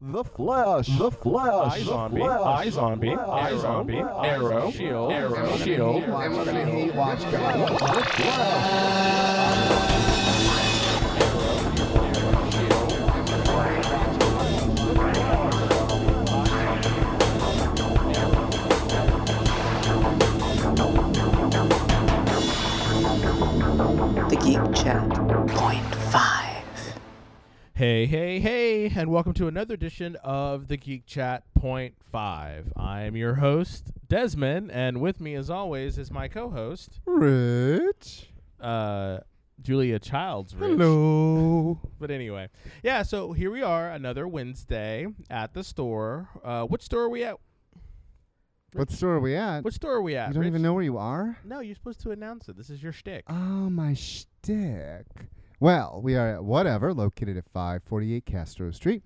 The Flash. The Flash. I zombie, I zombie, I zombie, arrow, shield, arrow, shield. And we're gonna hate watch God. The Geek Chat. Point five. Hey, hey, hey, and welcome to another edition of the Geek Chat Point Five. I'm your host, Desmond, and with me, as always, is my co-host, Rich. uh, Julia Childs. Rich. Hello. But anyway, yeah. So here we are, another Wednesday at the store. Uh, which store are we at? What store are we at? Which store are we at? you don't Rich? even know where you are? No, you're supposed to announce it. This is your shtick. Oh, my shtick. Well, we are at whatever, located at 548 Castro Street,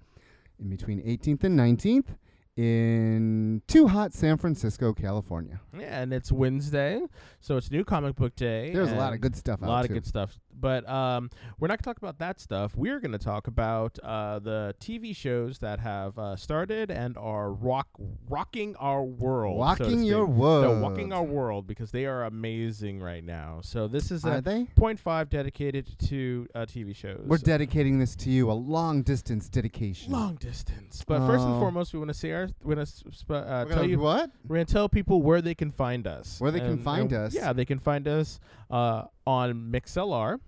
in between 18th and 19th, in too hot San Francisco, California. Yeah, and it's Wednesday, so it's new comic book day. There's a lot of and good stuff a out lot too. of good stuff. But um, we're not going to talk about that stuff. We're going to talk about uh, the TV shows that have uh, started and are rock rocking our world. so to Walking your speak. world. They're walking our world because they are amazing right now. So this is Are a they? point five dedicated to uh, TV shows. We're dedicating this to you, a long distance dedication. Long distance, but first and Oh. foremost, we want to say our we're gonna s- sp- uh, We're tell gonna- you what? we're gonna tell people where they can find us. Where they can find us. Yeah, they can find us uh, on MixLR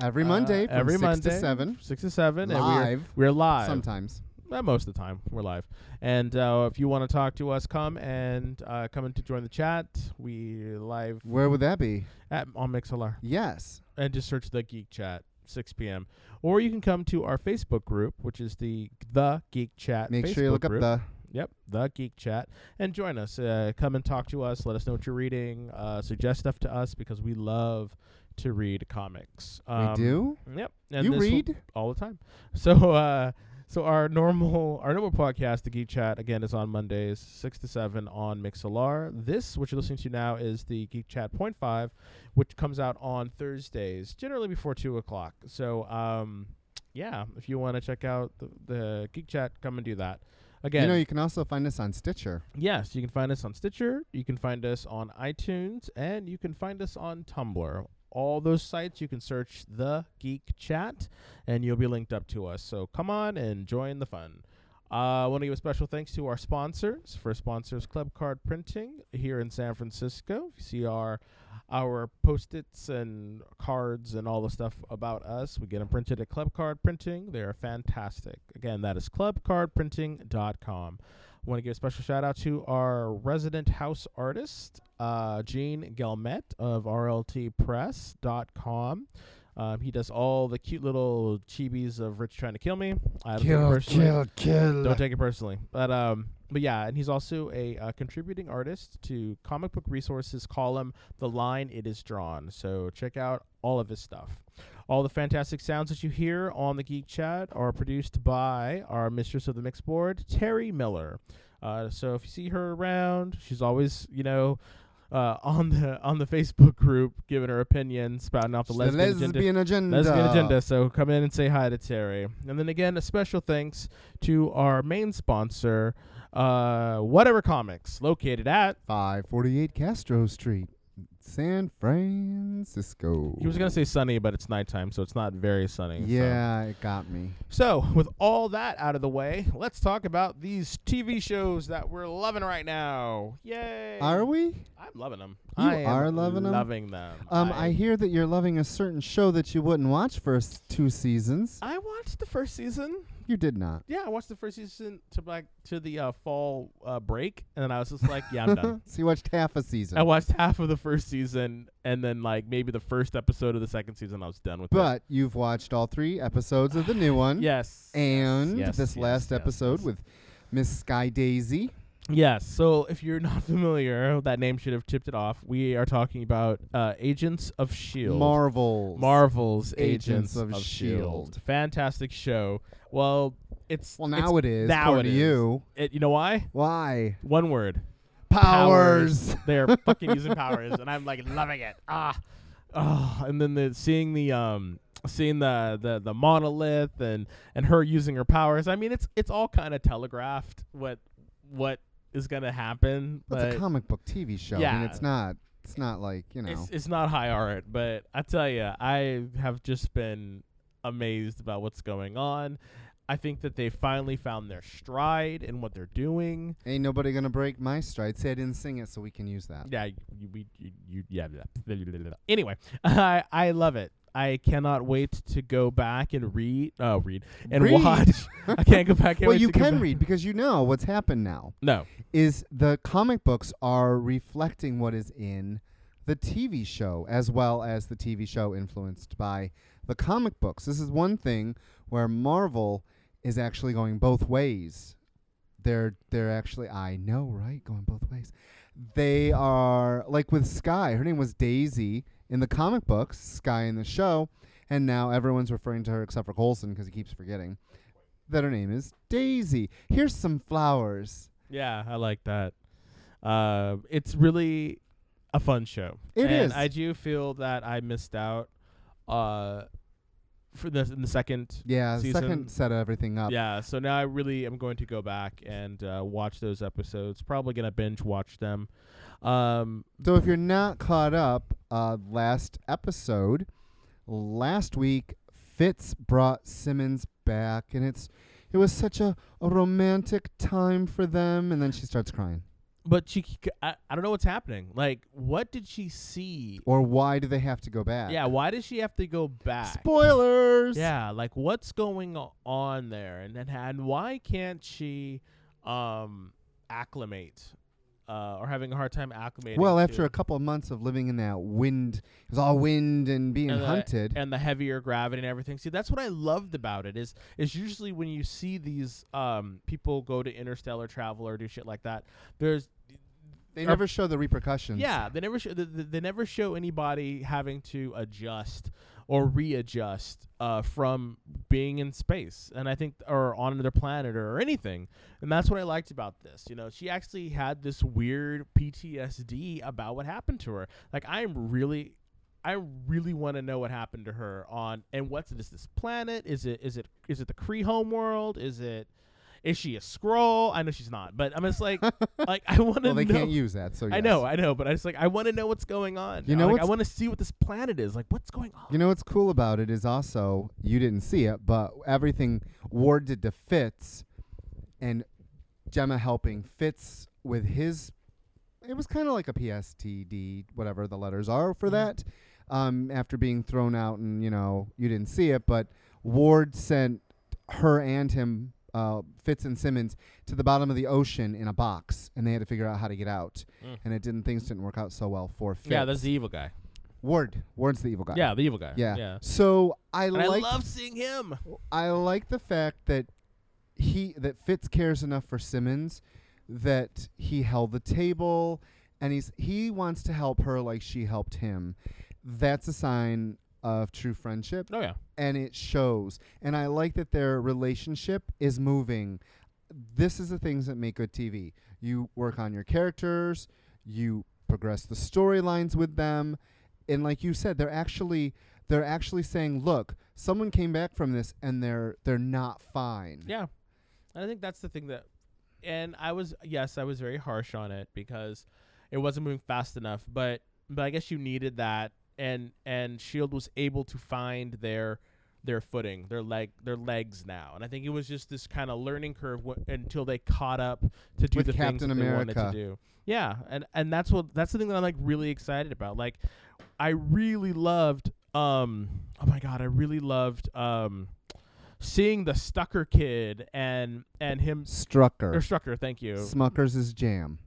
Every uh, Monday from every 6 Monday, to 7. six to seven, and Live. we're, we're live Sometimes. Uh, most of the time. We're live, and uh, if you want to talk to us, come and uh, come in to join the chat. We live Where would that be? at on MixLR Yes. and just search the Geek Chat. 6 p.m. or you can come to our Facebook group, which is the the Geek Chat. Make sure Uh, you Facebook look up group. the Yep, the Geek Chat, and join us. Uh, come and talk to us. Let us know what you're reading. Uh, suggest stuff to us because we love to read comics. Um, do? Yep. and You this will- read? all the time. So, uh, so our normal our normal podcast, the Geek Chat, again is on Mondays, six to seven on Mixlr. This, what you're listening to now, is the Geek Chat Point Five, which comes out on Thursdays, generally before two o'clock. So, um, yeah, if you want to check out the, the Geek Chat, come and do that. Again, You know, you can also find us on Stitcher. Yes, you can find us on Stitcher, you can find us on iTunes, and you can find us on Tumblr. All those sites, you can search The Geek Chat, and you'll be linked up to us. So come on and join the fun. Uh, I want to give a special thanks to our sponsors. For sponsors, Club Card Printing here in San Francisco. If you see our our post-its and cards and all the stuff about us, we get them printed at Club Card Printing. They are fantastic. Again, that is clubcardprinting.com. Want to give a special shout out to our resident house artist, uh, Gene Gelmet of RLTPress.com. Um, he does all the cute little chibis of Rich trying to kill me. I don't think personally. kill. Don't take it personally, but um, but yeah, and he's also a uh, contributing artist to comic book resources column "The Line It Is Drawn." So check out all of his stuff. All the fantastic sounds that you hear on the Geek Chat are produced by our mistress of the mix board, Terry Miller. Uh, so if you see her around, she's always you know. Uh, on the on the Facebook group, giving her opinion, spouting off the, the agenda. lesbian agenda. Lesbian agenda. So come in and say hi to Terry. And then again, a special thanks to our main sponsor, uh, Whatever Comics, located at. 548 Castro Street, San Francisco. He was gonna say sunny, but it's nighttime, so it's not very sunny. so- Yeah, it got me. So. with all that out of the way, let's talk about these TV shows that we're loving right now. Yay! Are we? I'm loving them. You I am are loving 'em? Loving them. Um, I, I hear that you're loving a certain show that you wouldn't watch for s- two seasons. I watched the first season. You did not. Yeah, I watched the first season to back to the uh, fall uh, break, and then I was just like, yeah, I'm done. so you watched half a season. I watched half of the first season and then like maybe the first episode of the second season. I was done with but you've watched all three episodes of the new it. one. Yes. And yes, this yes, last yes, episode yes. with Miss Sky Daisy. Yes. So if you're not familiar, that name should have tipped it off. We are talking about uh, Agents of Shield. Marvels. E Marvel's Agents Agents, of Shield. S.H.I.E.L.D.. E Fantastic show. Well, it's Well, now it's, it is. Now according it to is. you. It, you know why? Why? One word. Powers. They're fucking using powers, and I'm like loving it. Ah, oh, and then the seeing the um seeing the, the the monolith and and her using her powers. I mean, it's it's all kind of telegraphed what what is gonna happen. Well, it's but a comic book TV show. I yeah. mean, it's not. It's not like you know. it's, it's not high art, but I tell you, I have just been amazed about what's going on. I think that they finally found their stride in what they're doing. Ain't nobody gonna break my stride. Say I didn't sing it, so we can use that. Yeah, you, we, you, you yeah. yeah. Anyway, I I love it. I cannot wait to go back and read, uh, read and Read. watch. I can't go back. can't well, wait you to go can back. read because you know what's happened now No, is the comic books are reflecting what is in the TV show as well as the TV show influenced by the comic books. This is one thing where Marvel is actually going both ways. They're they're actually I know right going both ways. They are like with Sky. Her name was Daisy in the comic books, Sky in the show, and now everyone's referring to her except for Coulson because he keeps forgetting that her name is Daisy. Here's some flowers. Yeah, I like that. Uh, it's really a fun show. It It is. is. I do feel that I missed out uh, for the in the second. Yeah, season. second set everything up. Yeah, so now I really am going to go back and uh, watch those episodes. Probably gonna binge watch them. Um, So if you're not caught up, uh, last episode, last week, Fitz brought Simmons back, and it's it was such a, a romantic time for them. And then she starts crying. but she, c- I, I don't know what's happening. Like, what did she see? Or why do they have to go back? Yeah, why does she have to go back? Spoilers. Yeah, like what's going o- on there, and then and why can't she um acclimate uh, or having a hard time acclimating? Well, to- after a couple of months of living in that wind, it was all wind and being and the- hunted. and the heavier gravity and everything. See, that's what I loved about it is is usually when you see these um people go to interstellar travel or do shit like that. There's they uh, never show the repercussions. yeah, they never show they, they they never show anybody having to adjust or readjust uh, from being in space, and I think or on another planet or anything, and that's what I liked about this. You know, she actually had this weird PTSD about what happened to her. Like I'm really. I really want to know what happened to her on and what's this this planet? Is it is it is it the Kree homeworld? Is it is she a scroll? I know she's not, but I'm just like like I want to Well, they know. can't use that. So I yes. know, I know, but I just like I want to know what's going on. You now. know like, I what's- want to see what this planet is. Like, what's going on? You know what's cool about it is also you didn't see it, but everything Ward did to Fitz, and Gemma helping Fitz with his. It was kind of like a PSTD, whatever the letters are Mm-hmm. for that. Um, after being thrown out, and you know you didn't see it, but Ward sent her and him, uh, Fitz and Simmons, to the bottom of the ocean in a box, and they had to figure out how to get out. Mm. And it didn't things didn't work out so well for Fitz. yeah, that's the evil guy. Ward. Ward's the evil guy. Yeah, the evil guy. Yeah. yeah. So I And I like love seeing him. I like the fact that he that Fitz cares enough for Simmons that he held the table and he's he wants to help her like she helped him. That's a sign of true friendship Oh yeah, and it shows. And I like that their relationship is moving. This is the things that make good TV. You work on your characters, you progress the storylines with them, and like you said, they're actually they're actually saying, "Look, someone came back from this and they're they're not fine." yeah. And I think that's the thing that, and I was yes, I was very harsh on it because it wasn't moving fast enough. But but I guess you needed that, and and Shield E was able to find their their footing, their leg, their legs now. And I think it was just this kind of learning curve w- until they caught up to do With the things Captain that they wanted to America. do. Yeah, and and that's what that's the thing that I'm like really excited about. Like, I really loved. Um, oh my god, I really loved. Um, seeing the Stucker kid and and him or Strucker. Strucker, thank you. Smuckers is jam.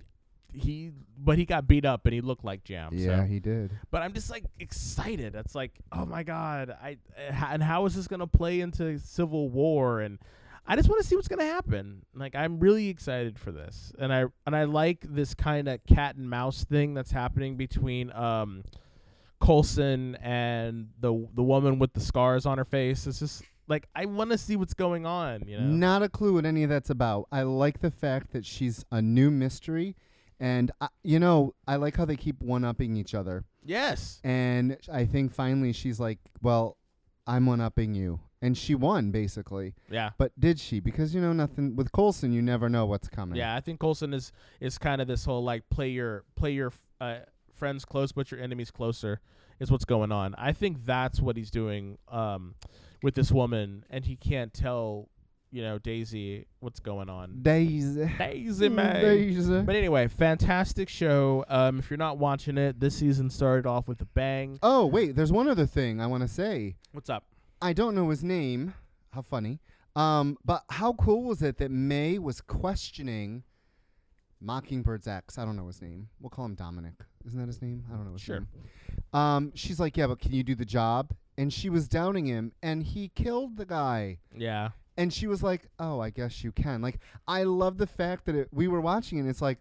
He but he got beat up and he looked like Jam. Yeah, so. he did. But I'm just like excited. That's like, oh my god, I uh, ho- and how is this gonna play into Civil War? And I just want to see what's gonna happen. Like I'm really excited for this, and I and I like this kind of cat and mouse thing that's happening between um, Colson and the the woman with the scars on her face. It's just like I want to see what's going on. You know, Not a clue what any of that's about. I like the fact that she's a new mystery, and I, you know, I like how they keep one upping each other. yes, And I think finally she's like, "Well, I'm one upping you. And she won, basically. Yeah. But did she? Because, you know, nothing with Colson, you never know what's coming. Yeah, I think Colson is is kind of this whole like play your play your uh, friends close but your enemies closer is what's going on. I think that's what he's doing um, with this woman, and he can't tell you know Daisy what's going on. Daisy. Daisy, man. Mm, Daisy. But anyway, fantastic show. Um, if you're not watching it, this season started off with a bang. Oh, wait, there's one other thing I want to say. What's up? I don't know his name. How funny. Um, but how cool was it that May was questioning Mockingbird's ex? I don't know his name. We'll call him Dominic. Isn't that his name? I don't know his Sure. name. Um, she's like, yeah, but can you do the job? And she was doubting him, and he killed the guy. Yeah, And she was like, oh, I guess you can. Like, I love the fact that it, we were watching, and it's like,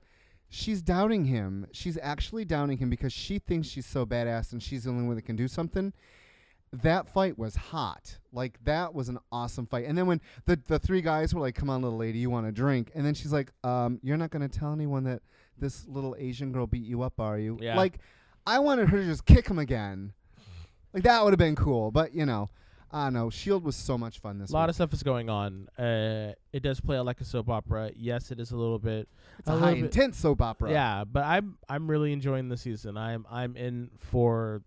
she's doubting him. She's actually doubting him because she thinks she's so badass and she's the only one that can do something. That fight was hot. Like, that was an awesome fight. And then when the, the three guys were like, come on, little lady, you want a drink? And then she's like, um, you're not going to tell anyone that this little Asian girl beat you up, are you? Yeah. Like, I wanted her to just kick him again. Like, that would have been cool. But, you know. I don't know. Shield was so much fun this a lot week. of stuff is going on. Uh, it does play out like a soap opera. Yes, it is a little bit. It's a little high bit- intense soap opera. Yeah, but I'm I'm really enjoying the season. I'm I'm in for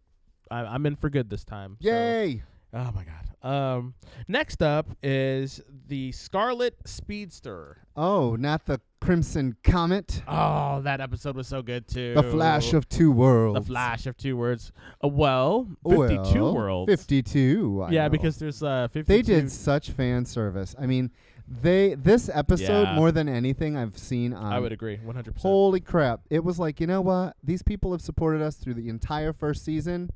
I- I'm in for good this time. so- Yay! Oh my god. Um next up is the Scarlet Speedster. Oh, not the Crimson Comet. Oh, that episode was so good too. The Flash of Two Worlds. the flash of two words. Uh, well, 52 Well, worlds. 52. I yeah, know. because there's uh 52 they did such fan service. I mean, they this episode Yeah. more than anything I've seen on I would agree 100%. Holy crap. It was like, you know what? These people have supported us through the entire first season.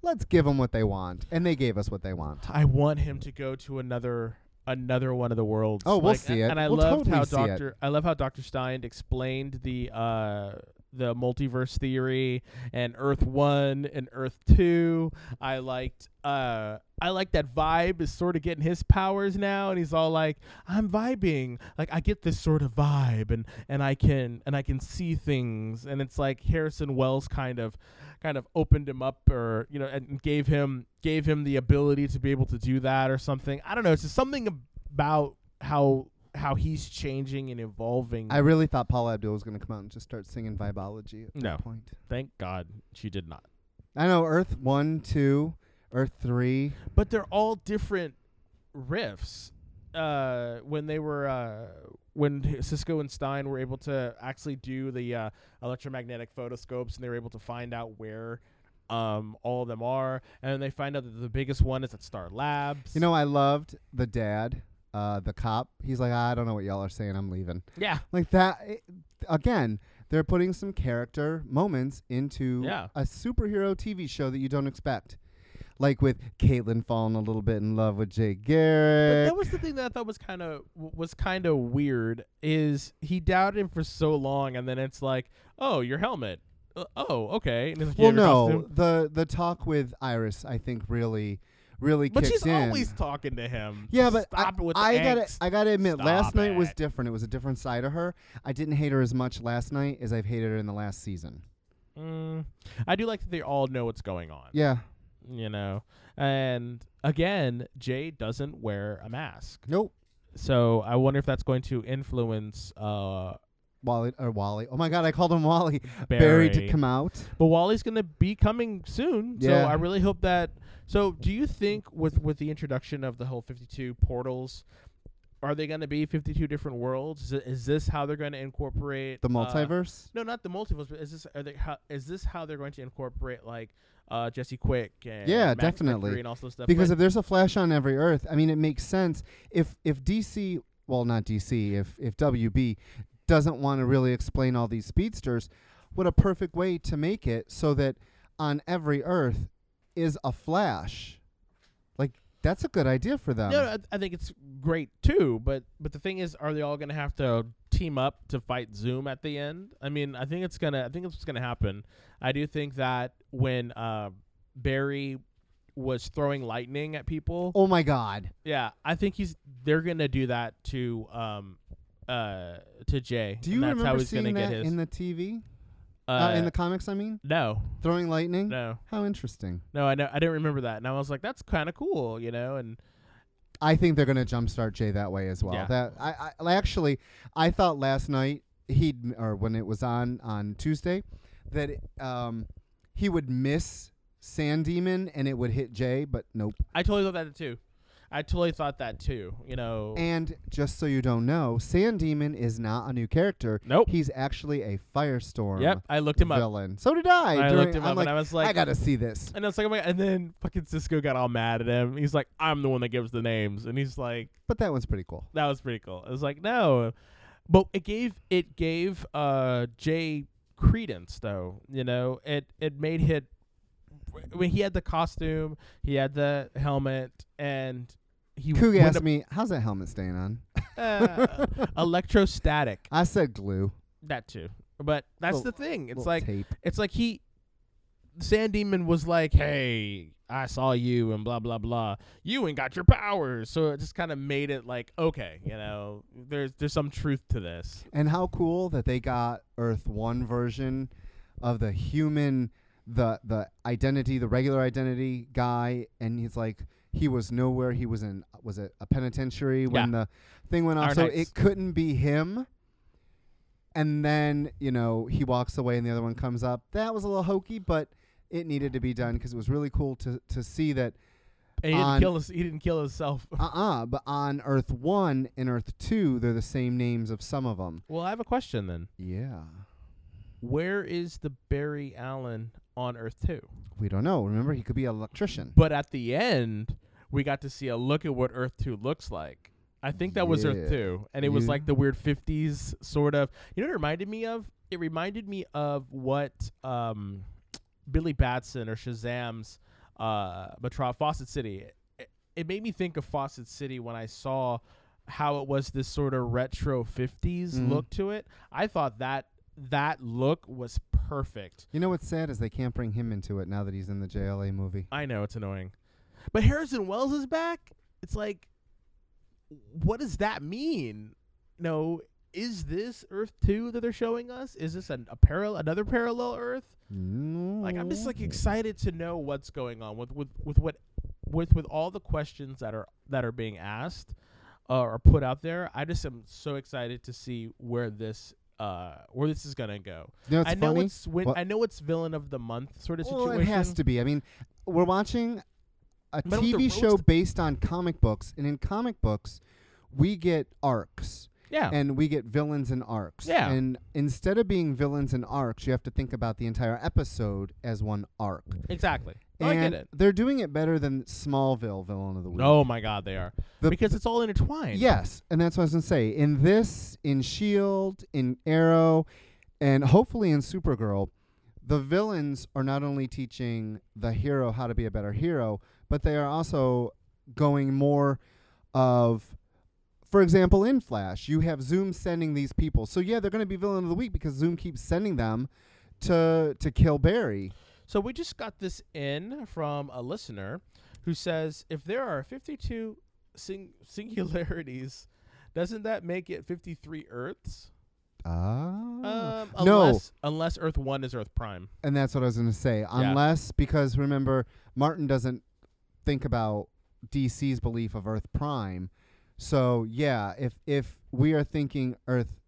Let's give them what they want. And they gave us what they want. I want him to go to another another one of the worlds. Oh, we'll Like, see and- it. And I We'll loved totally how see it. Doctor I love how Doctor Stein explained the uh the multiverse theory and Earth One and Earth Two. I liked uh I like that vibe is sort of getting his powers now and he's all like, I'm vibing. Like I get this sort of vibe and and I can and I can see things and it's like Harrison Wells kind of kind of opened him up or you know and gave him gave him the ability to be able to do that or something. I don't know. It's just something about how how he's changing and evolving. I really thought Paula Abdul was going to come out and just start singing Vibology at No. that point. Thank God she did not. I know Earth 1, 2, Earth 3. But they're all different riffs. Uh, when they were uh, when Cisco and Stein were able to actually do the uh, electromagnetic photoscopes, and they were able to find out where um, all of them are, and they find out that the biggest one is at Star Labs. You know, I loved the dad, uh, the cop. He's like, I don't know what y'all are saying. I'm leaving. yeah, Like that. It, again, they're putting some character moments into Yeah. a superhero TV show that you don't expect. Like with Caitlin falling a little bit in love with Jay But Garrick. that was the thing that I thought was kind of was kind of weird is he doubted him for so long, and then it's like, oh, your helmet. Uh, oh, okay. And it's like, well, "Yeah, your no, costume." the the talk with Iris, I think, really, really But kicked she's in. always talking to him. Yeah, but stop I, it with I the gotta angst. I gotta admit, Stop last night was it. different. It was a different side of her. I didn't hate her as much last night as I've hated her in the last season. Mm, I do like that they all know what's going on. Yeah. You know, and again, Jay doesn't wear a mask, Nope. so I wonder if that's going to influence uh Wally or Wally. Oh my god, I called him Wally. Barry, Barry to come out. But Wally's gonna be coming soon, Yeah. so I really hope that. So, do you think with with the introduction of the whole fifty two portals, are they gonna be fifty two different worlds? Is, it- is this how they're gonna incorporate The uh, multiverse. no, not the multiverse. But is this are they how, is this how they're going to incorporate like uh, Jesse Quick and Yeah, Max definitely. Mercury and all sorts of stuff? because But- if there's a Flash on every Earth, I mean, it makes sense. If if DC, well, not DC, if if WB doesn't want to really explain all these speedsters, what a perfect way to make it so that on every Earth is a Flash. Like that's a good idea for them. no, no, I, I think it's great too. But but the thing is, are they all gonna have to team up to fight Zoom at the end? I mean, I think it's gonna. I think it's what's gonna happen. I do think that when uh, Barry was throwing lightning at people, Oh my God. yeah, I think he's. They're gonna do that to um, uh, to Jay. Do and you that's remember how he's seeing gonna that get his. in the TV? Uh, Uh, in the comics, I mean, no, throwing lightning. no, How interesting! no. I know. I didn't remember that, and I was like, that's kind of cool, you know. And I think they're going to jumpstart Jay that way as well. Yeah. That I, I actually I thought last night he'd or when it was on on Tuesday that um he would miss Sand Demon and it would hit Jay, but nope. I totally thought that too. I totally thought that too. You know. And just so you don't know, Sand Demon is not a new character. Nope. He's actually a Firestorm Yep. I looked him up. villain. So did I. I during- looked him I'm up, like, and I was like, I gotta see this. And I was like, oh my God. and then fucking Cisco got all mad at him. He's like, I'm the one that gives the names, and he's like, But that one's pretty cool. that was pretty cool. I was like, no, but it gave it gave uh Jay credence though. You know, it it made it. When he had the costume, he had the helmet, and he Coog went asked up- me, "How's that helmet staying on?" uh, electrostatic. I said glue. That too, but that's Little- the thing. It's Little like tape. it's like he Sand Demon was like, Hey, I saw you and blah blah blah. You ain't got your powers. So it just kinda made it like, okay, you know, there's there's some truth to this. And how cool that they got Earth One version of the human, the the identity, the regular identity guy, and he's like he was nowhere. He was in was it a penitentiary when the thing went off, Iron so Heights. it couldn't be him. And then you know he walks away, and the other one comes up. That was a little hokey, but it needed to be done because it was really cool to to see that And he didn't On- kill his, he didn't kill himself. uh-uh but on earth 1 and earth 2 they're the same names of some of them well, I have a question then. yeah Where is the Barry Allen on Earth two? we don't know remember he could be an electrician But at the end we got to see a look at what Earth two looks like. I think that was Earth Yeah. two. And it was You- like the weird fifties sort of you know what it reminded me of? It reminded me of what um Billy Batson or Shazam's uh Metro Fawcett City. It, it made me think of Fawcett City when I saw how it was this sort of retro 50s Mhm. look to it. I thought that that look was perfect. you know what's sad is they can't bring him into it now that he's in the jla movie I know it's annoying. But Harrison Wells is back. It's like what does that mean? No, is this Earth 2 that they're showing us? Is this an, a parallel another parallel Earth? Like I'm just like excited to know what's going on with with with what with with all the questions that are that are being asked uh, or put out there. I just am so excited to see where this uh where this is gonna go. you know what's I know funny? it's win- What- I know it's villain of the month sort of well, situation. it has to be i mean we're watching a But with the tv show roast- based on comic books and in comic books we get arcs yeah. and we get villains and arcs. Yeah. And instead of being villains and arcs, you have to think about the entire episode as one arc. Exactly. No, Oh, I and get it. They're doing it better than Smallville Villain of the Week. Oh my God, they are The- because it's all intertwined. Yes, and that's what I was gonna say. In this, in Shield, E in Arrow, and hopefully in Supergirl, the villains are not only teaching the hero how to be a better hero, but they are also going more of for example, in Flash, you have Zoom sending these people. So yeah, they're gonna be villain of the week because Zoom keeps sending them to to kill Barry. So we just got this in from a listener who says, if there are 52 sing- singularities, doesn't that make it 53 Earths? Ah, Um, no. unless, unless Earth One is Earth Prime. And that's what I was going to say. Unless, because remember, Martin doesn't think about DC's belief of Earth Prime. So yeah, if if we are thinking Earth,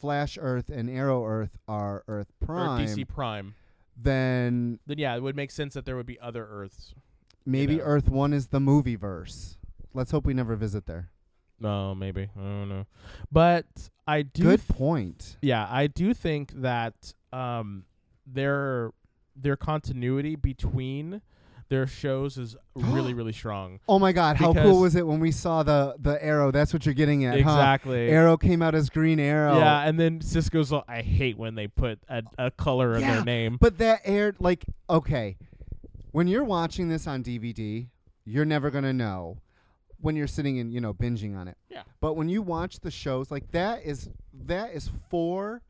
Flash Earth and Arrow Earth are Earth Or Prime, DC Prime. then Then yeah, it would make sense that there would be other Earths. maybe know. Earth One is the movie verse. Let's hope we never visit there. No, Oh, maybe I don't know, but I do Good point. yeah, I do think that um, their their continuity between their shows is really really strong. Oh my God, how Because- cool was it when we saw the the arrow? That's what you're getting at, huh? exactly. Arrow came out as Green Arrow. Yeah, and then Cisco's. all, I hate when they put a, a color in Yeah, their name. But that aired like okay. When you're watching this on DVD, you're never gonna know when you're sitting and you know binging on it. Yeah. But when you watch the shows, like that is that is for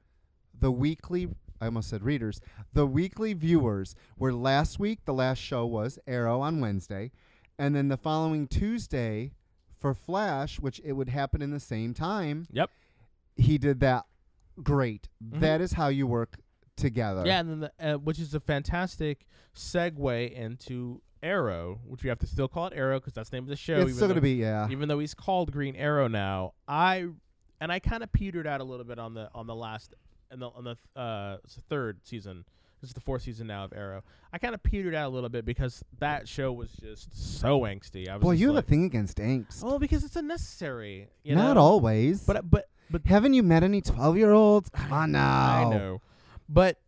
the weekly. I almost said readers. The weekly viewers. Where last week the last show was Arrow on Wednesday, and then the following Tuesday for Flash, which it would happen in the same time Yep. he did that great. Mhm. That is how you work together. Yeah, and then the, uh, which is a fantastic segue into Arrow, which we have to still call it Arrow because that's the name of the show. it's even still though- gonna be yeah. even though he's called Green Arrow now. I and I kind of petered out a little bit on the on the last and the on the uh s- third season. This is the fourth season now of Arrow. I kind of petered out a little bit because that show was just so angsty. I was Boy, just you have like, a thing against angst. Oh, because it's unnecessary. You Not know? always. But but but haven't you met any twelve-year-olds? Come on now. I know. But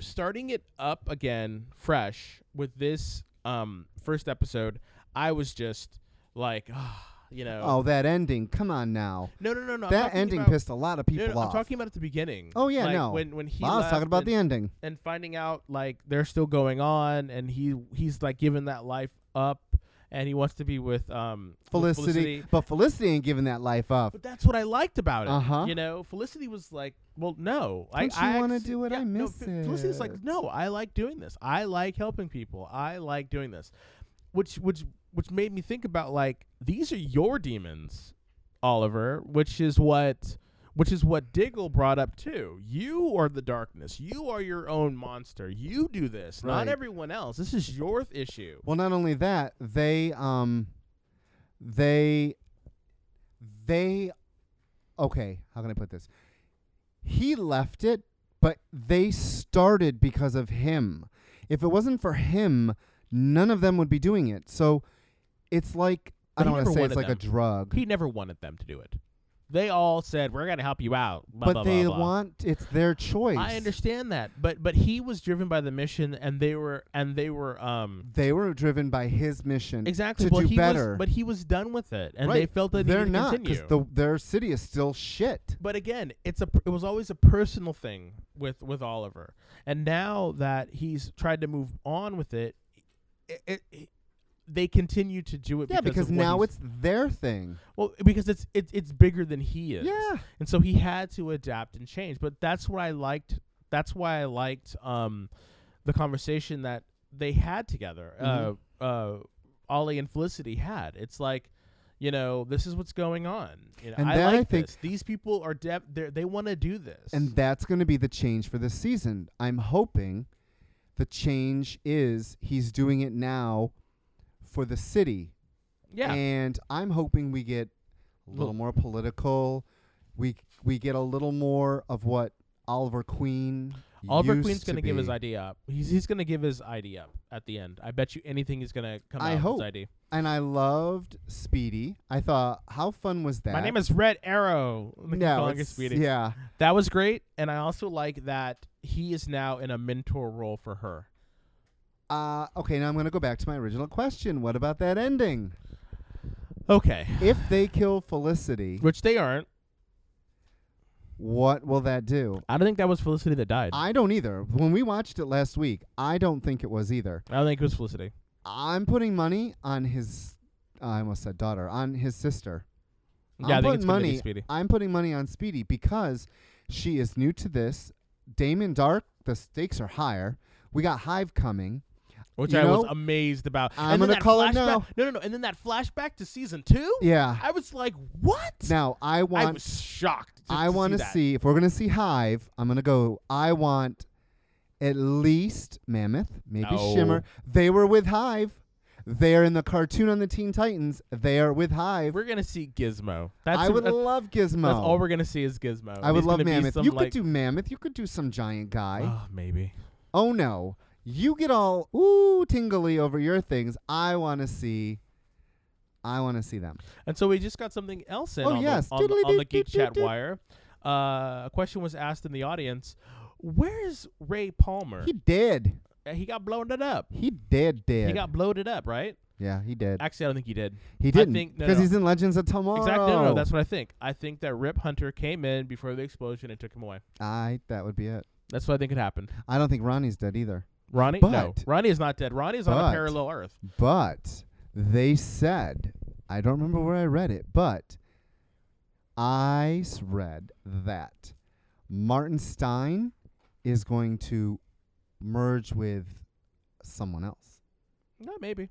starting it up again fresh with this um first episode, I was just like, "Ah," you know. Oh, that ending. Come on now. No, no, no, no. I'm that talking ending about- pissed a lot of No, people no, off. I'm talking about at the beginning. oh yeah, Like, no. When when he I was left talking about and, the ending. and finding out like they're still going on, and he he's like giving that life up, and he wants to be with um with Felicity, but Felicity ain't giving that life up. But that's what I liked about it. Uh-huh. You know, Felicity was like, "Well, no, I- Don't you I wanna actu- do it? yeah, I no, miss Fe- Felicity's like, it." "No, I like doing this. I like helping people. I like doing this," which which which made me think about like these are your demons, Oliver, which is what which is what Diggle brought up too. You are the darkness. You are your own monster. You do this, not Right. everyone else. This is your issue. Well, not only that, they um, they they okay. How can I put this? He left it, but they started because of him. If it wasn't for him, none of them would be doing it. So it's like But I don't he want to never say it's wanted like a them. drug. He never wanted them to do it. They all said, "We're gonna help you out." Blah, but blah, they blah, blah. want it's their choice. I understand that, but but he was driven by the mission, and they were and they were um They were driven by his mission exactly. to well, do he better. was, but he was done with it, and right. they felt that they're he not continue. the, their city is still shit. but again, it's a it was always a personal thing with with Oliver, and now that he's tried to move on with it, it, it, it- they continue to do it. Yeah, because, because, of what now he's- it's their thing. well because it's it's it's bigger than he is. Yeah. and so he had to adapt and change but that's what i liked that's why i liked um the conversation that they had together Mhm. uh uh ollie and felicity had it's like you know this is what's going on you know And i that I like think- this these people are dev they're- they want to do this And that's going to be the change for this season. I'm hoping the change is he's doing it now for the city. yeah And I'm hoping we get a little more political. We we get a little more of what Oliver Queen Oliver used Queen's to gonna give his be. ID up. He's he's gonna give his ID up at the end. I bet you anything he's gonna come I out hope. with his ID. And I loved Speedy. I thought how fun was that? My name is Red Arrow. They keep no, calling it it's- Speedy. yeah. That was great, and I also like that he is now in a mentor role for her. Uh, okay, now I'm going to go back to my original question. What about that ending? Okay, If they kill Felicity, which they aren't. what will that do? I don't think that was Felicity that died. I, I don't either. When we watched it last week, I don't think it was either. don't think it was Felicity. I'm putting money on his. I almost said daughter on his sister. yeah, I think I'm putting it's gonna money. be Speedy. I'm putting money on Speedy because she is new to this. Damon Dark. The stakes are higher. We got Hive coming. Which you I was know, amazed about. I'm and then gonna that call it flashback- now. No, no, no. And then that flashback to season two. Yeah. I was like, what? Now I want. I was shocked. to- I to want to that. see if we're gonna see Hive. I'm gonna go. I want at least Mammoth, maybe No. Shimmer. They were with Hive. They are in the cartoon on the Teen Titans. They are with Hive. We're gonna see Gizmo. That's I would that's, love Gizmo. that's all we're gonna see is Gizmo. I would He's love gonna be Mammoth. some, You like, could do Mammoth. You could do some giant guy. Oh, maybe. oh no, you get all ooh tingly over your things. I want to see. I want to see them. And so we just got something else in Oh, on, yes. the, on, the, on the Geek Chat Doodly-doo-doo-doo-doo. wire. Uh, a question was asked in the audience Where's Ray Palmer? He did. Uh, He, got blown it up. He did. Did. He got bloated up, right? yeah, he did. Actually, I don't think he did. He didn't think- no, because no. he's in Legends of Tomorrow. Exactly. No, no, Oh. that's what I think. I think that Rip Hunter came in before the explosion and took him away. I that would be it. That's what I think had happened. I don't think Ronnie's dead either. Ronnie? no. But- Ronnie is not dead. Ronnie is on a but- parallel Earth. But they said, I don't remember where I read it, but I s- read that Martin Stein is going to merge with someone else. No, maybe.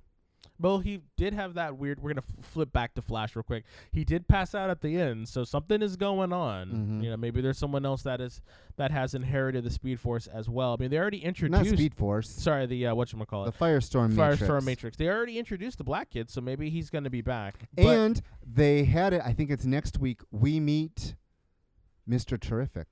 Well, he did have that weird. We're gonna f- flip back to Flash real quick. He did pass out at the end, so something is going on. Mm-hmm. You know, maybe there's someone else that is that has inherited the Speed Force as well. I mean, they already Not introduced. Speed Force. Sorry, the uh, what you call The it? Firestorm Matrix. Firestorm Matrix. They already introduced the black kid, so maybe he's gonna be back. But- And they had it. I think it's next week. We meet Mr. Terrific.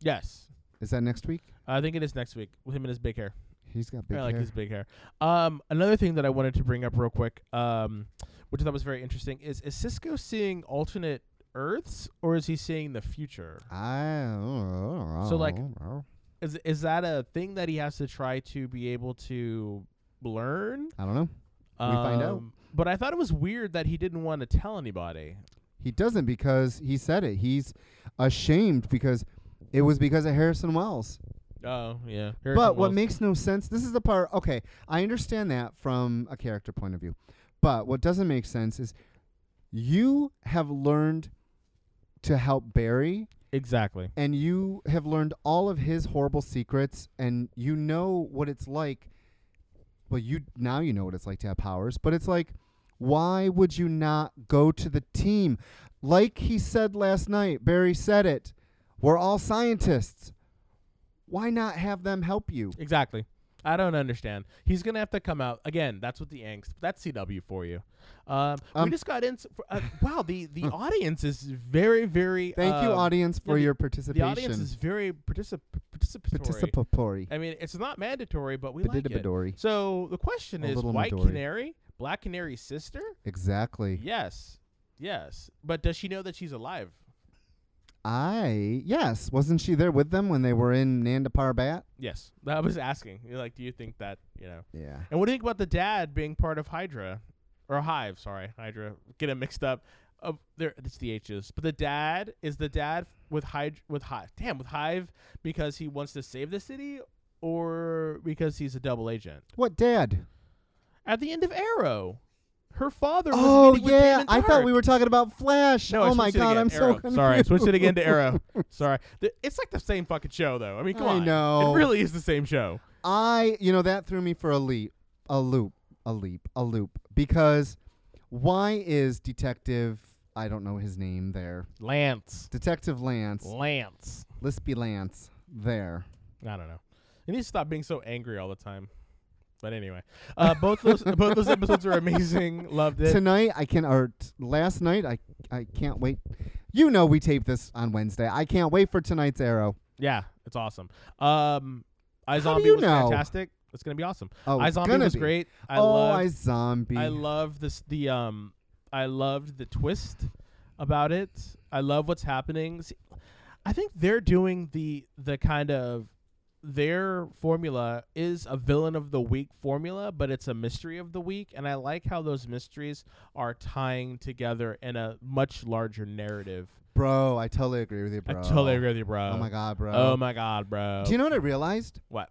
yes, Is that next week? I think it is next week with him and his big hair. He's got big I like hair. his big hair. Um, another thing that I wanted to bring up real quick, um, which I thought was very interesting, is is Cisco seeing alternate Earths or is he seeing the future? I, So, like, Is is that a thing that he has to try to be able to learn? I don't know. We find out. Um, But I thought it was weird that he didn't want to tell anybody. He doesn't because he said it. He's ashamed because it was because of Harrison Wells. Oh yeah. but what makes no sense, this is the part, okay, I understand that from a character point of view. But what doesn't make sense is you have learned to help Barry exactly? and you have learned all of his horrible secrets and you know what it's like well you now you know what it's like to have powers but it's like why would you not go to the team like he said last night barry said it we're all scientists why not have them help you Exactly. I don't understand. He's gonna have to come out again. That's what the angst. That's CW for you. Um, we Um, Hmm. just got in. Uh, wow, the the audience is very very. thank you um, audience for the- your The participation audience is very particip- participatory. participatory I mean, it's not mandatory, but we like it. Participatory. So the question A is: little White Midori. Canary, Black Canary's sister? exactly Yes, yes. But does she know that she's alive? i yes wasn't she there with them when they were in nanda parbat Yes. I was asking. You're like, do you think that you know? yeah And what do you think about the dad being part of Hydra or Hive? Sorry, Hydra. Get them mixed up. Of there, it's the H's. But the dad is the dad with Hydra with Hive. Damn, with Hive because he wants to save the city or because he's a double agent. what dad At the end of Arrow, her father. Was Oh meeting with yeah, Damon I thought Dark. we were talking about Flash. No, I oh my switched it god, again. I'm so Arrow. confused. sorry. I switched it again to Arrow. Sorry, Th- it's like the same fucking show though. I mean, come I on, know. it really is the same show. I, you know, that threw me for a leap, a loop, a leap, a loop. Because why is Detective? I don't know his name there. Lance, Detective Lance, Lance. Lispy Lance, there. I don't know. You need to stop being so angry all the time. But anyway, uh, both those both those episodes are amazing. Loved it. Tonight I can, or t- last night I, I can't wait. You know we taped this on Wednesday. I can't wait for tonight's Arrow. Yeah, it's awesome. Um, I How do Zombie you was know? fantastic. It's gonna be awesome. Oh, I it's Zombie gonna was be. great. I oh, I loved, zombie. I love this the um I loved the twist about it. I love what's happening. See, I think they're doing the the kind of their formula is a villain of the week formula, but it's a mystery of the week, and I like how those mysteries are tying together in a much larger narrative. bro, I totally agree with you, bro. I totally agree with you, bro. Oh my god, bro. Oh my god, bro. Do you know what I realized? what?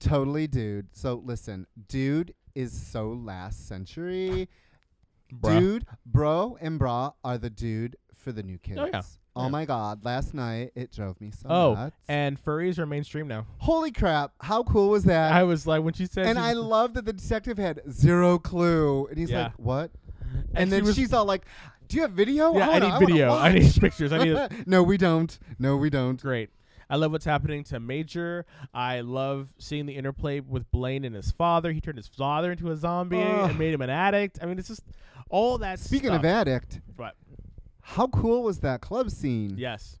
Totally, dude. So listen, dude is so last century. Bruh. Dude, bro, and bra are the dude for the new kids. Oh, yeah. Oh Yeah. my god! Last night it drove me so Oh, nuts. and furries are mainstream now. Holy crap! How cool was that? I was like, when she said, and she I was- love that the detective had zero clue, and he's Yeah. like, "What?" And, she then was- she's all like, "Do you have video? yeah, I wanna- need wanna video. I need watch." pictures. I need a, no, we don't. No, we don't. great. I love what's happening to Major. I love seeing the interplay with Blaine and his father. He turned his father into a zombie Ugh. and made him an addict. I mean, it's just all that. Speaking stuff. of addict, But, how cool was that club scene? yes,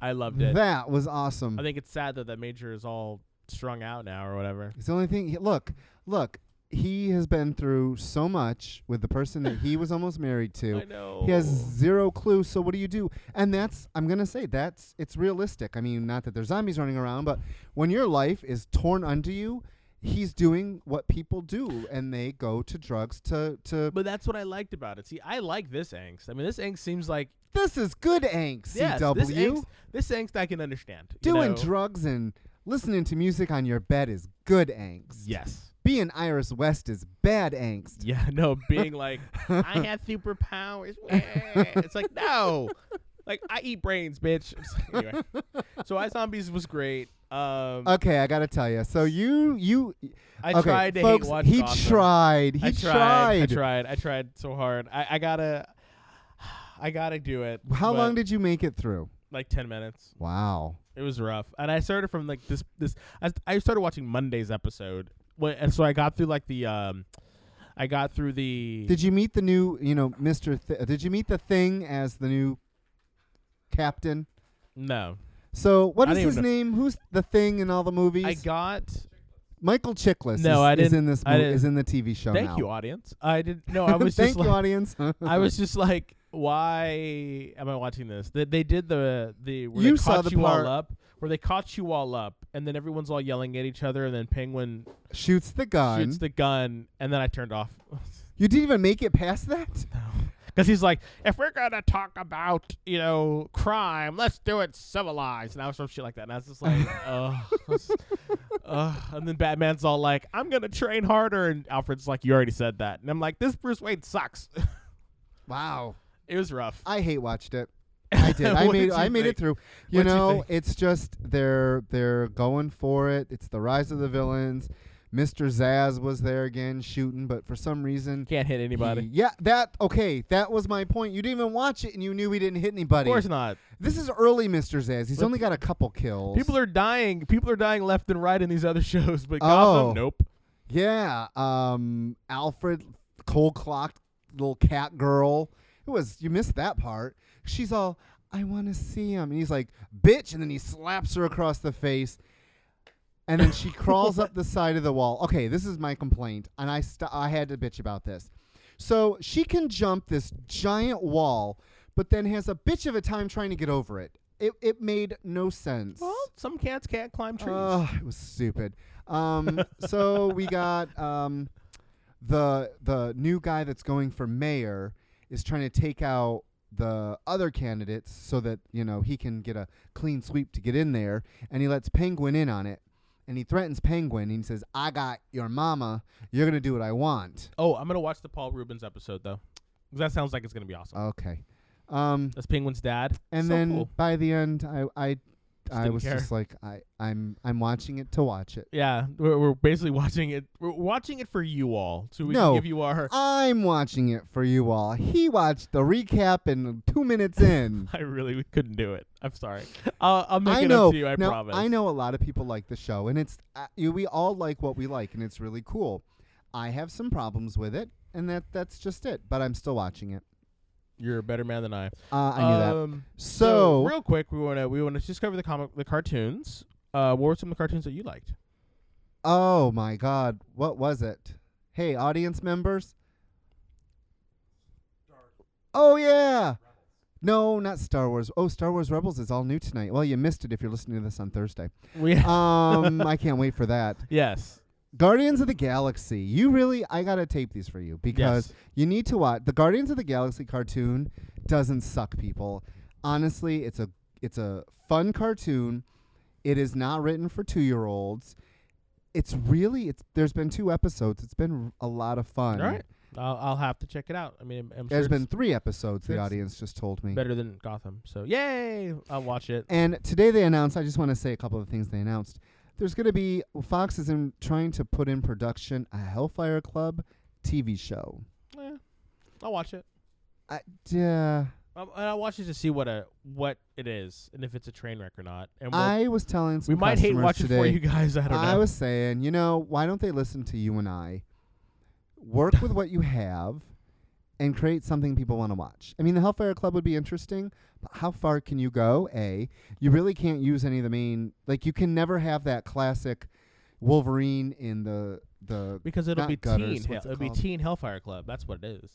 I loved it. That was awesome. I think it's sad that that Major is all strung out now or whatever. It's the only thing. He, look, look. He has been through so much with the person that he was almost married to. I know. He has zero clue. So what do you do? And that's I'm gonna say that's it's realistic. I mean, not that there's zombies running around, but when your life is torn unto you, he's doing what people do, and they go to drugs to to. But that's what I liked about it. See, I like this angst. I mean, this angst seems like this is good angst. yes, CW This angst, this angst I can understand. you doing know? drugs and listening to music on your bed is good angst. Yes. Being Iris West is bad angst. Yeah, no, being like, I have superpowers. Wah. it's like, no. like I eat brains, bitch. anyway, so I Zombies was great. Um, Okay, I gotta tell you. So you you I Uh, okay, tried to folks, hate watch. He Gotham. tried. He I tried, I tried. I tried so hard. I, I gotta. I gotta do it. How but, long did you make it through? like ten minutes? Wow. It was rough, and I started from like this. This I, I started watching Monday's episode, when, and so I got through like the. um I got through the. Did you meet the new, you know, Mr. Th- did you meet the thing as the new captain? no, So what I is don't even his know. name? Who's the thing in all the movies? I got. Michael Chiklis No, is, I is didn't- in this I mo- didn't- is in the TV show Thank now. you, audience. I did. No, I was Thank just you, like. audience. I was just like, why am I watching this? They, they did the the where You they saw caught the you part- all up, where they caught you all up, and then everyone's all yelling at each other, and then Penguin shoots the gun. shoots the gun, and then I turned off you didn't even make it past that. because he's like, if we're gonna talk about you know crime, let's do it civilized, and I was some shit like that, and I was just like, ugh. Ugh. and then Batman's all like, "I'm gonna train harder," and Alfred's like, "You already said that," and I'm like, "This Bruce Wayne sucks." Wow. it was rough. I hate watched it. I did. I What made did I you made it think? through. You What'd you know, think? it's just they're they're going for it. It's the rise of the villains. Mr. Zaz was there again shooting, but for some reason Can't hit anybody. He- Yeah, that okay. That was my point. You didn't even watch it, and you knew he didn't hit of anybody. course not. This is early Mr. Zaz. He's Look- only got a couple kills. People are dying. People are dying left and right in these other shows, but Oh. Gotham, nope. yeah. Um, Alfred cold clocked little cat girl. It was you missed that part. She's all I want to see him, and he's like bitch, and then he slaps her across the face. And then she crawls up the side of the wall. Okay, this is my complaint, and I st- I had to bitch about this. So she can jump this giant wall, but then has a bitch of a time trying to get over it. It it made no sense. Well, some cats can't climb trees. Ugh, it was stupid. Um, so we got um, the the new guy that's going for mayor is trying to take out the other candidates so that you know he can get a clean sweep to get in there, and he lets Penguin in on it, and he threatens Penguin and he says, "I got your mama. You're gonna do what I want." oh, I'm gonna watch the Paul Rubens episode though, 'cause that sounds like it's gonna be awesome. Okay. Um, That's Penguin's dad. and So then cool. by the end, I I, I didn't was care. just like, I I'm I'm watching it to watch it. yeah, we're, we're basically watching it. We're watching it for you all, so we No. can give you our. I'm watching it for you all. He watched the recap in two minutes in. I really couldn't do it. I'm sorry. I'll, I'll make I it know. up to you. I now, promise. I know a lot of people like the show, and it's uh, you, we all like what we like, and it's really cool. I have some problems with it, and that that's just it. But I'm still watching it. You're a better man than I. Uh, I knew that. Um, So, real quick, we wanna we wanna just cover the comic, the cartoons. Uh, what were some of the cartoons that you liked? oh my God, what was it? Hey, audience members. Oh yeah. No, not Star Wars. Oh, Star Wars Rebels is all new tonight. Well, you missed it if you're listening to this on Thursday. We um, I can't wait for that. yes, Guardians of the Galaxy. You really, I gotta tape these for you because Yes. you need to watch the Guardians of the Galaxy cartoon. Doesn't suck, people. Honestly, it's a it's a fun cartoon. It is not written for two year olds. It's really it's. There's been two episodes. It's been a lot of fun. All right. I'll, I'll have to check it out. I mean, I'm- I'm sure There's it's been three episodes. The it's audience just told me. better than Gotham. So, yay! I'll watch it. And today they announced, I just want to say a couple of things they announced. There's going to be, well, Fox is in, trying to put in production a Hellfire Club TV show. Eh, I'll watch it. I, yeah, Um, and I'll watch it to see what a what it is and if it's a train wreck or not. And we'll, I was telling some we might hate customers watch it for today, you guys. I don't know. was saying, you know, why don't they listen to you and I? Work with what you have and create something people want to watch. I mean, the Hellfire Club would be interesting, but how far can you go? A, you really can't use any of the main, like, you can never have that classic Wolverine in the. the because it'll not be gutters, teen. Hell, what's it it'll be called? teen Hellfire Club. That's what it is.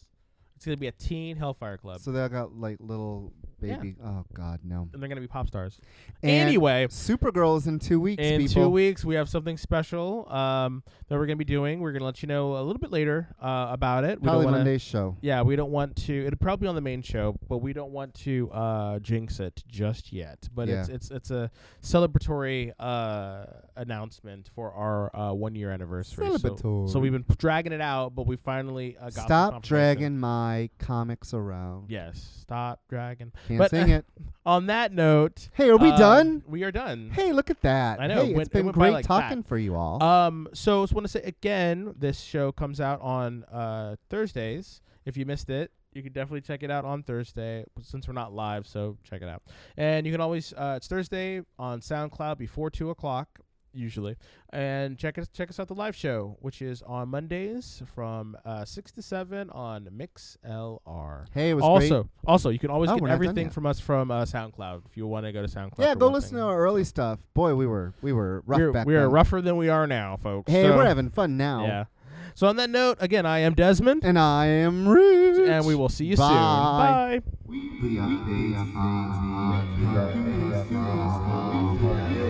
It's gonna be a teen Hellfire Club, So they got like little Yeah. baby. Oh God, no. and they're gonna be pop stars. And anyway, Supergirl is in two weeks. in people. two weeks we have something special um, that we're gonna be doing. We're gonna let you know a little bit later uh, about it. We don't Probably wanna- Monday's show. Yeah, we don't want to. It'll probably be on the main show, but we don't want to uh, jinx it just yet. But it's it's it's a celebratory uh, announcement for our uh, one year anniversary. So- So, Celebratory. we've been dragging it out, but we finally uh, got the Stop confirmation. dragging my my comics around. Yes. Stop dragging. Can't But- uh, sing it. On that note, Hey, are we uh, done? We are done. Hey, look at that. I know, it Hey, went- it's it been went by great like talking that. for you all. Um, so I just want to say again, this show comes out on uh, Thursdays. If you missed it, you can definitely check it out on Thursday since we're not live, so check it out. And you can always uh, it's Thursday on SoundCloud before two o'clock usually, and check us check us out the live show, which is on Mondays from uh, six to seven on Mix LR. hey, it was Also, also you can always Oh, we're get not done everything yet. from us from uh, SoundCloud if you want to go to SoundCloud. great. Yeah, for go one listen thing. to our early stuff. Boy, we were we were rough we're, back we're then. rougher than we are now, folks. Hey, so- we're having fun now. yeah. So on that note, again, I am Desmond, And I am Rich. and we will see you soon. Bye. Bye. Bye.